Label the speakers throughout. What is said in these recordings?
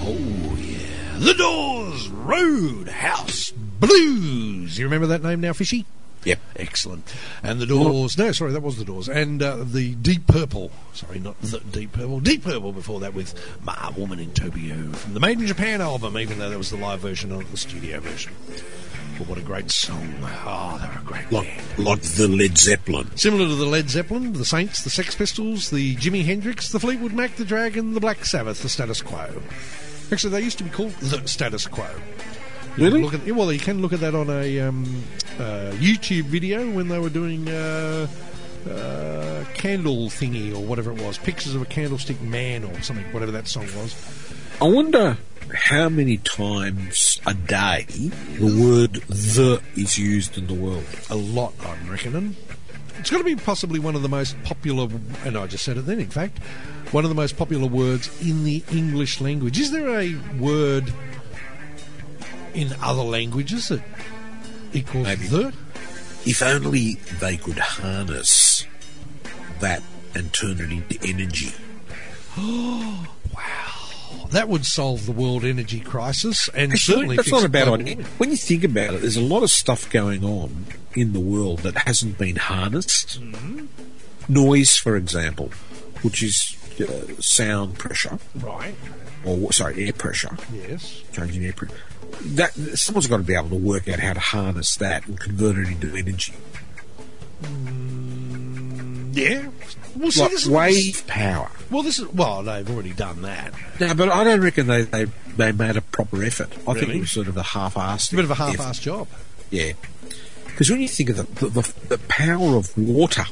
Speaker 1: Oh, The Doors Roadhouse Blues. You remember that name now, Fishy?
Speaker 2: Yep.
Speaker 1: Excellent. And the Doors. No, sorry, that was the Doors. And uh, the Deep Purple. Sorry, not the Deep Purple. Deep Purple before that with Ma Woman in Tokyo from the Made in Japan album, even though that was the live version, not the studio version. But what a great song. Oh, they're a great
Speaker 2: Like,
Speaker 1: band.
Speaker 2: like the Led Zeppelin.
Speaker 1: Similar to the Led Zeppelin, the Saints, the Sex Pistols, the Jimi Hendrix, the Fleetwood Mac, the Dragon, the Black Sabbath, the Status Quo. Actually, they used to be called the Status Quo. You
Speaker 2: Really?
Speaker 1: can Look at, yeah, well, you can look at that on a um, uh, YouTube video when they were doing uh, uh, candle thingy or whatever it was, pictures of a candlestick man or something, whatever that song was.
Speaker 2: I wonder how many times a day the word the is used in the world.
Speaker 1: a lot, I'm reckoning. It's got to be possibly one of the most popular, and I just said it then, in fact, one of the most popular words in the English language. Is there a word in other languages that equals
Speaker 2: Maybe.
Speaker 1: the?
Speaker 2: If only they could harness that and turn it into energy.
Speaker 1: That would solve the world energy crisis and certainly
Speaker 2: that's
Speaker 1: fix
Speaker 2: not a bad
Speaker 1: global
Speaker 2: idea.
Speaker 1: warming.
Speaker 2: When you think about it, there's a lot of stuff going on in the world that hasn't been harnessed.
Speaker 1: Mm-hmm.
Speaker 2: Noise, for example, which is uh, sound pressure,
Speaker 1: Right,
Speaker 2: or sorry, air pressure,
Speaker 1: yes.
Speaker 2: changing air pressure. That someone's got to be able to work out how to harness that and convert it into energy, Mm,
Speaker 1: Yeah. Well, see,
Speaker 2: like
Speaker 1: this is,
Speaker 2: wave power.
Speaker 1: well, this is, well, they've already done that.
Speaker 2: No, but I don't reckon they, they, they made a proper effort. I think
Speaker 1: Really?
Speaker 2: it was sort of a half-assed,
Speaker 1: It's a bit of a
Speaker 2: effort.
Speaker 1: half-assed job.
Speaker 2: Yeah. Because when you think of the, the, the, the power of water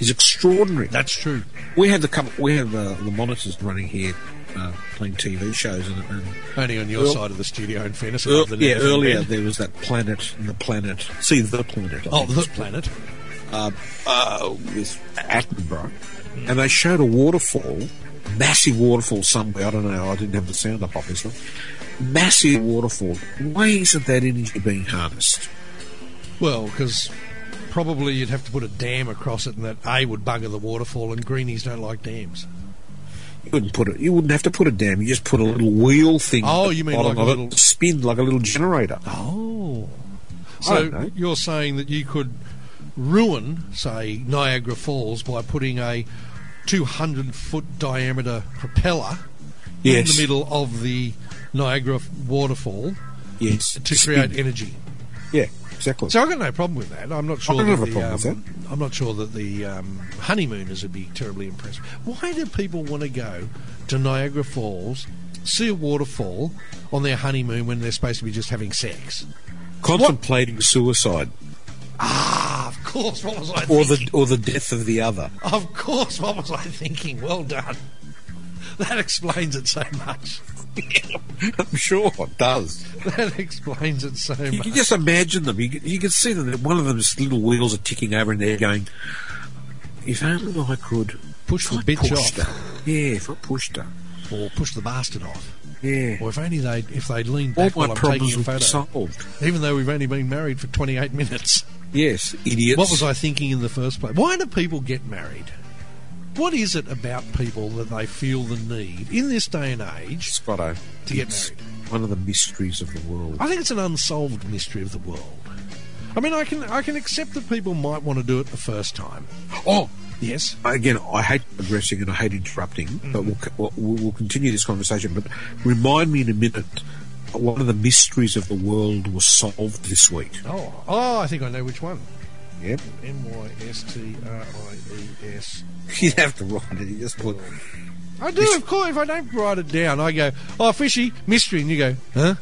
Speaker 2: is extraordinary.
Speaker 1: That's true.
Speaker 2: We had the couple, we have uh, the monitors running here uh, playing TV shows and, and
Speaker 1: Only on your
Speaker 2: Earl-
Speaker 1: side of the studio in fairness.
Speaker 2: Ear-
Speaker 1: above the
Speaker 2: yeah
Speaker 1: net.
Speaker 2: earlier there was that planet and the planet see the planet I
Speaker 1: Oh,
Speaker 2: think
Speaker 1: the
Speaker 2: it's called,
Speaker 1: planet.
Speaker 2: uh, with Attenborough and they showed a waterfall massive waterfall somewhere I don't know I didn't have the sound up obviously massive waterfall why isn't that energy being harnessed
Speaker 1: Well, because probably you'd have to put a dam across it, and that A would bugger the waterfall, and greenies don't like dams.
Speaker 2: You wouldn't put it. You wouldn't have to put a dam. You just put a little wheel thing.
Speaker 1: Oh,
Speaker 2: at the
Speaker 1: you mean
Speaker 2: bottom
Speaker 1: like a
Speaker 2: of it,
Speaker 1: little-
Speaker 2: spin like a little generator?
Speaker 1: Oh.
Speaker 2: I don't
Speaker 1: So
Speaker 2: know.
Speaker 1: you're saying that you could ruin, say, Niagara Falls by putting a 200 foot diameter propeller in
Speaker 2: Yes.
Speaker 1: the middle of the Niagara waterfall
Speaker 2: Yes.
Speaker 1: to
Speaker 2: Spin.
Speaker 1: create energy.
Speaker 2: Yeah, exactly.
Speaker 1: So I've got no problem with that. I'm not sure.
Speaker 2: don't
Speaker 1: that
Speaker 2: have a
Speaker 1: the,
Speaker 2: problem with
Speaker 1: um, I'm not sure that the um, honeymooners would be terribly impressed. Why do people want to go to Niagara Falls, see a waterfall on their honeymoon when they're supposed to be just having sex?
Speaker 2: Contemplating suicide
Speaker 1: Ah, of course. What was I?
Speaker 2: or
Speaker 1: thinking?
Speaker 2: the or the death of the other.
Speaker 1: Of course. What was I thinking? Well done. That explains it so much.
Speaker 2: I'm sure it does.
Speaker 1: That explains it so
Speaker 2: You
Speaker 1: much.
Speaker 2: can just imagine them. You can, you can see them. One of them's little wheels are ticking over, and they're going. If only I could
Speaker 1: Push the
Speaker 2: if I
Speaker 1: bitch
Speaker 2: pushed
Speaker 1: off.
Speaker 2: her." Yeah, if I pushed her.
Speaker 1: Or push the bastard off.
Speaker 2: Yeah.
Speaker 1: Or if only they if they leaned
Speaker 2: All
Speaker 1: back
Speaker 2: my
Speaker 1: while I'm taking
Speaker 2: problems
Speaker 1: a
Speaker 2: would
Speaker 1: photo.
Speaker 2: be solved.
Speaker 1: even though we've only been married for 28 minutes.
Speaker 2: Yes, idiots.
Speaker 1: What was I thinking in the first place? Why do people get married? What is it about people that they feel the need in this day and age?
Speaker 2: Spotto.
Speaker 1: To get
Speaker 2: It's One of the mysteries of the world.
Speaker 1: I think it's an unsolved mystery of the world. I mean, I can I can accept that people might want to do it the first time.
Speaker 2: Oh,
Speaker 1: Yes.
Speaker 2: again, I hate digressing and I hate interrupting, but we'll,
Speaker 1: Mm-hmm.
Speaker 2: we'll, we'll continue this conversation. But remind me in a minute, one of the mysteries of the world was solved this week.
Speaker 1: Oh, oh, I think I know which one.
Speaker 2: Yep.
Speaker 1: M Y S T R I E S.
Speaker 2: You have to write it. You just put
Speaker 1: I do, of course. If I don't write it down, I go, "Oh, fishy mystery," and you go, "Huh?"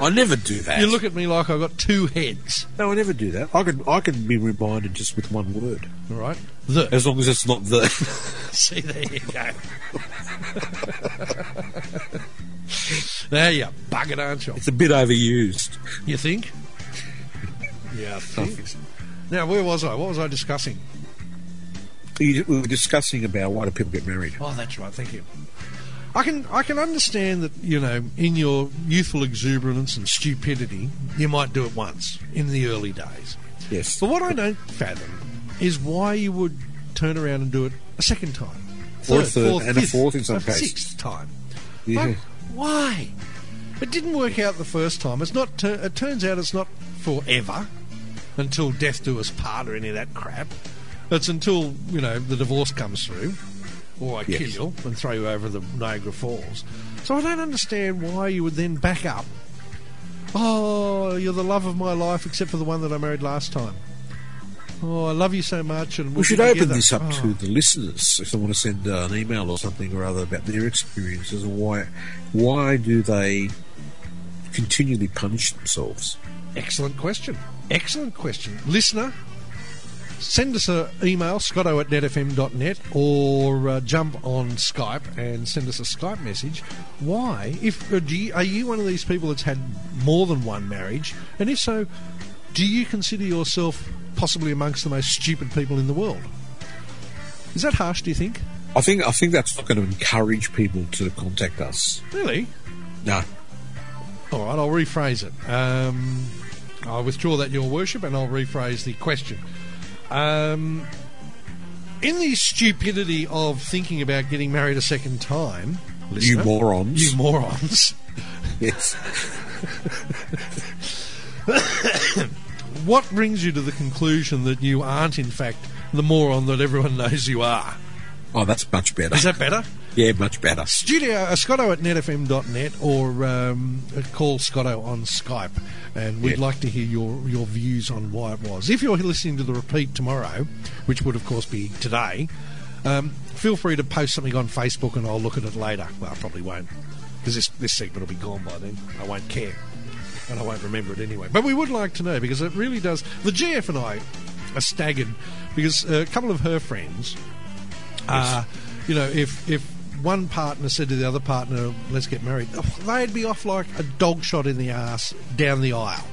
Speaker 2: I never do that.
Speaker 1: You look at me like I've got two heads.
Speaker 2: no, I never do that. I can I can be reminded just with one word,
Speaker 1: All right. The
Speaker 2: as long as it's not the.
Speaker 1: See, there you go. there you buggered, aren't you?
Speaker 2: it's a bit overused.
Speaker 1: You think? Oh. Yeah, I think. Now, where was I? What was I discussing?
Speaker 2: We we were discussing about why do people get married.
Speaker 1: Oh, that's right. Thank you. I can I can understand that you know in your youthful exuberance and stupidity you might do it once in the early days.
Speaker 2: Yes.
Speaker 1: But what I don't fathom is why you would turn around and do it a second time,
Speaker 2: Or a third and a
Speaker 1: fifth,
Speaker 2: fourth in some
Speaker 1: a
Speaker 2: cases.
Speaker 1: sixth time.
Speaker 2: Yeah.
Speaker 1: Like, why? It didn't work out the first time. It's not. tu- it turns out it's not forever until death do us part or any of that crap. It's until you know the divorce comes through, or I
Speaker 2: Yes.
Speaker 1: kill you and throw you over the Niagara Falls. So I don't understand why you would then back up. Oh, you're the love of my life, except for the one that I married last time. Oh, I love you so much, and
Speaker 2: We
Speaker 1: we'll
Speaker 2: should
Speaker 1: be
Speaker 2: open
Speaker 1: together.
Speaker 2: this up
Speaker 1: Oh.
Speaker 2: to the listeners if they want to send uh, an email or something or other about their experiences and why why do they continually punish themselves?
Speaker 1: Oh, Excellent question. Excellent question. Listener, send us an email, scotto at netfm.net, or uh, jump on Skype and send us a Skype message. Why? If uh, do you, Are you one of these people that's had more than one marriage? And if so, do you consider yourself possibly amongst the most stupid people in the world? Is that harsh, do you think?
Speaker 2: I think I think that's not going to encourage people to contact us.
Speaker 1: Really?
Speaker 2: No,
Speaker 1: All right, I'll rephrase it. Um, I withdraw that, Your Worship, and I'll rephrase the question. Um, in the stupidity of thinking about getting married a second time,
Speaker 2: you
Speaker 1: listener,
Speaker 2: morons.
Speaker 1: you morons,
Speaker 2: yes.
Speaker 1: what brings you to the conclusion that you aren't, in fact, the moron that everyone knows you are?
Speaker 2: Oh, that's much better.
Speaker 1: Is that better?
Speaker 2: yeah, much better.
Speaker 1: Studio uh, Scotto at netfm.net or um, uh, call Scotto on Skype, and we'd
Speaker 2: Yeah.
Speaker 1: like to hear your, your views on why it was. If you're listening to the repeat tomorrow, which would of course be today, um, feel free to post something on Facebook, and I'll look at it later. Well, I probably won't because this this segment will be gone by then. I won't care, and I won't remember it anyway. But we would like to know because it really does. The GF and I are staggered because uh, a couple of her friends uh, you know, if if one partner said to the other partner, "Let's get married," oh, they'd be off like a dog shot in the ass down the aisle.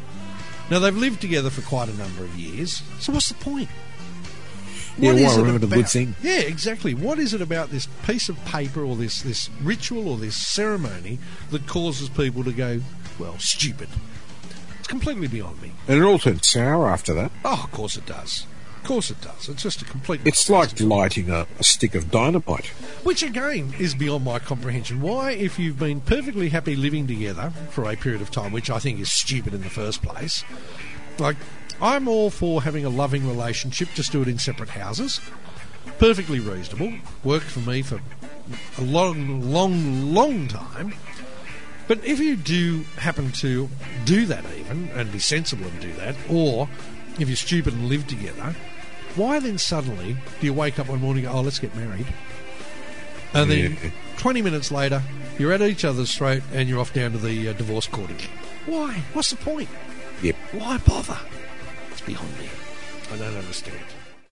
Speaker 1: Now they've lived together for quite a number of years, so what's the point?
Speaker 2: Yeah,
Speaker 1: What
Speaker 2: why
Speaker 1: is it
Speaker 2: remember the good
Speaker 1: about-
Speaker 2: thing?
Speaker 1: Yeah, exactly. What is it about this piece of paper or this this ritual or this ceremony that causes people to go, well, stupid? It's completely beyond me.
Speaker 2: And it all turned sour after that.
Speaker 1: Oh, of course it does. Of course it does. It's just a complete.
Speaker 2: It's like lighting a, a stick of dynamite.
Speaker 1: Which again is beyond my comprehension. Why, if you've been perfectly happy living together for a period of time, which I think is stupid in the first place, like I'm all for having a loving relationship, just do it in separate houses. Perfectly reasonable. Worked for me for a long, long, long time. But if you do happen to do that, even and be sensible and do that, or if you're stupid and live together, why then suddenly do you wake up one morning and go, oh, let's get married? And then
Speaker 2: Yeah.
Speaker 1: 20 minutes later, you're at each other's throat and you're off down to the uh, divorce court again. Why? What's the point?
Speaker 2: Yep.
Speaker 1: Why bother? It's beyond me. I don't understand.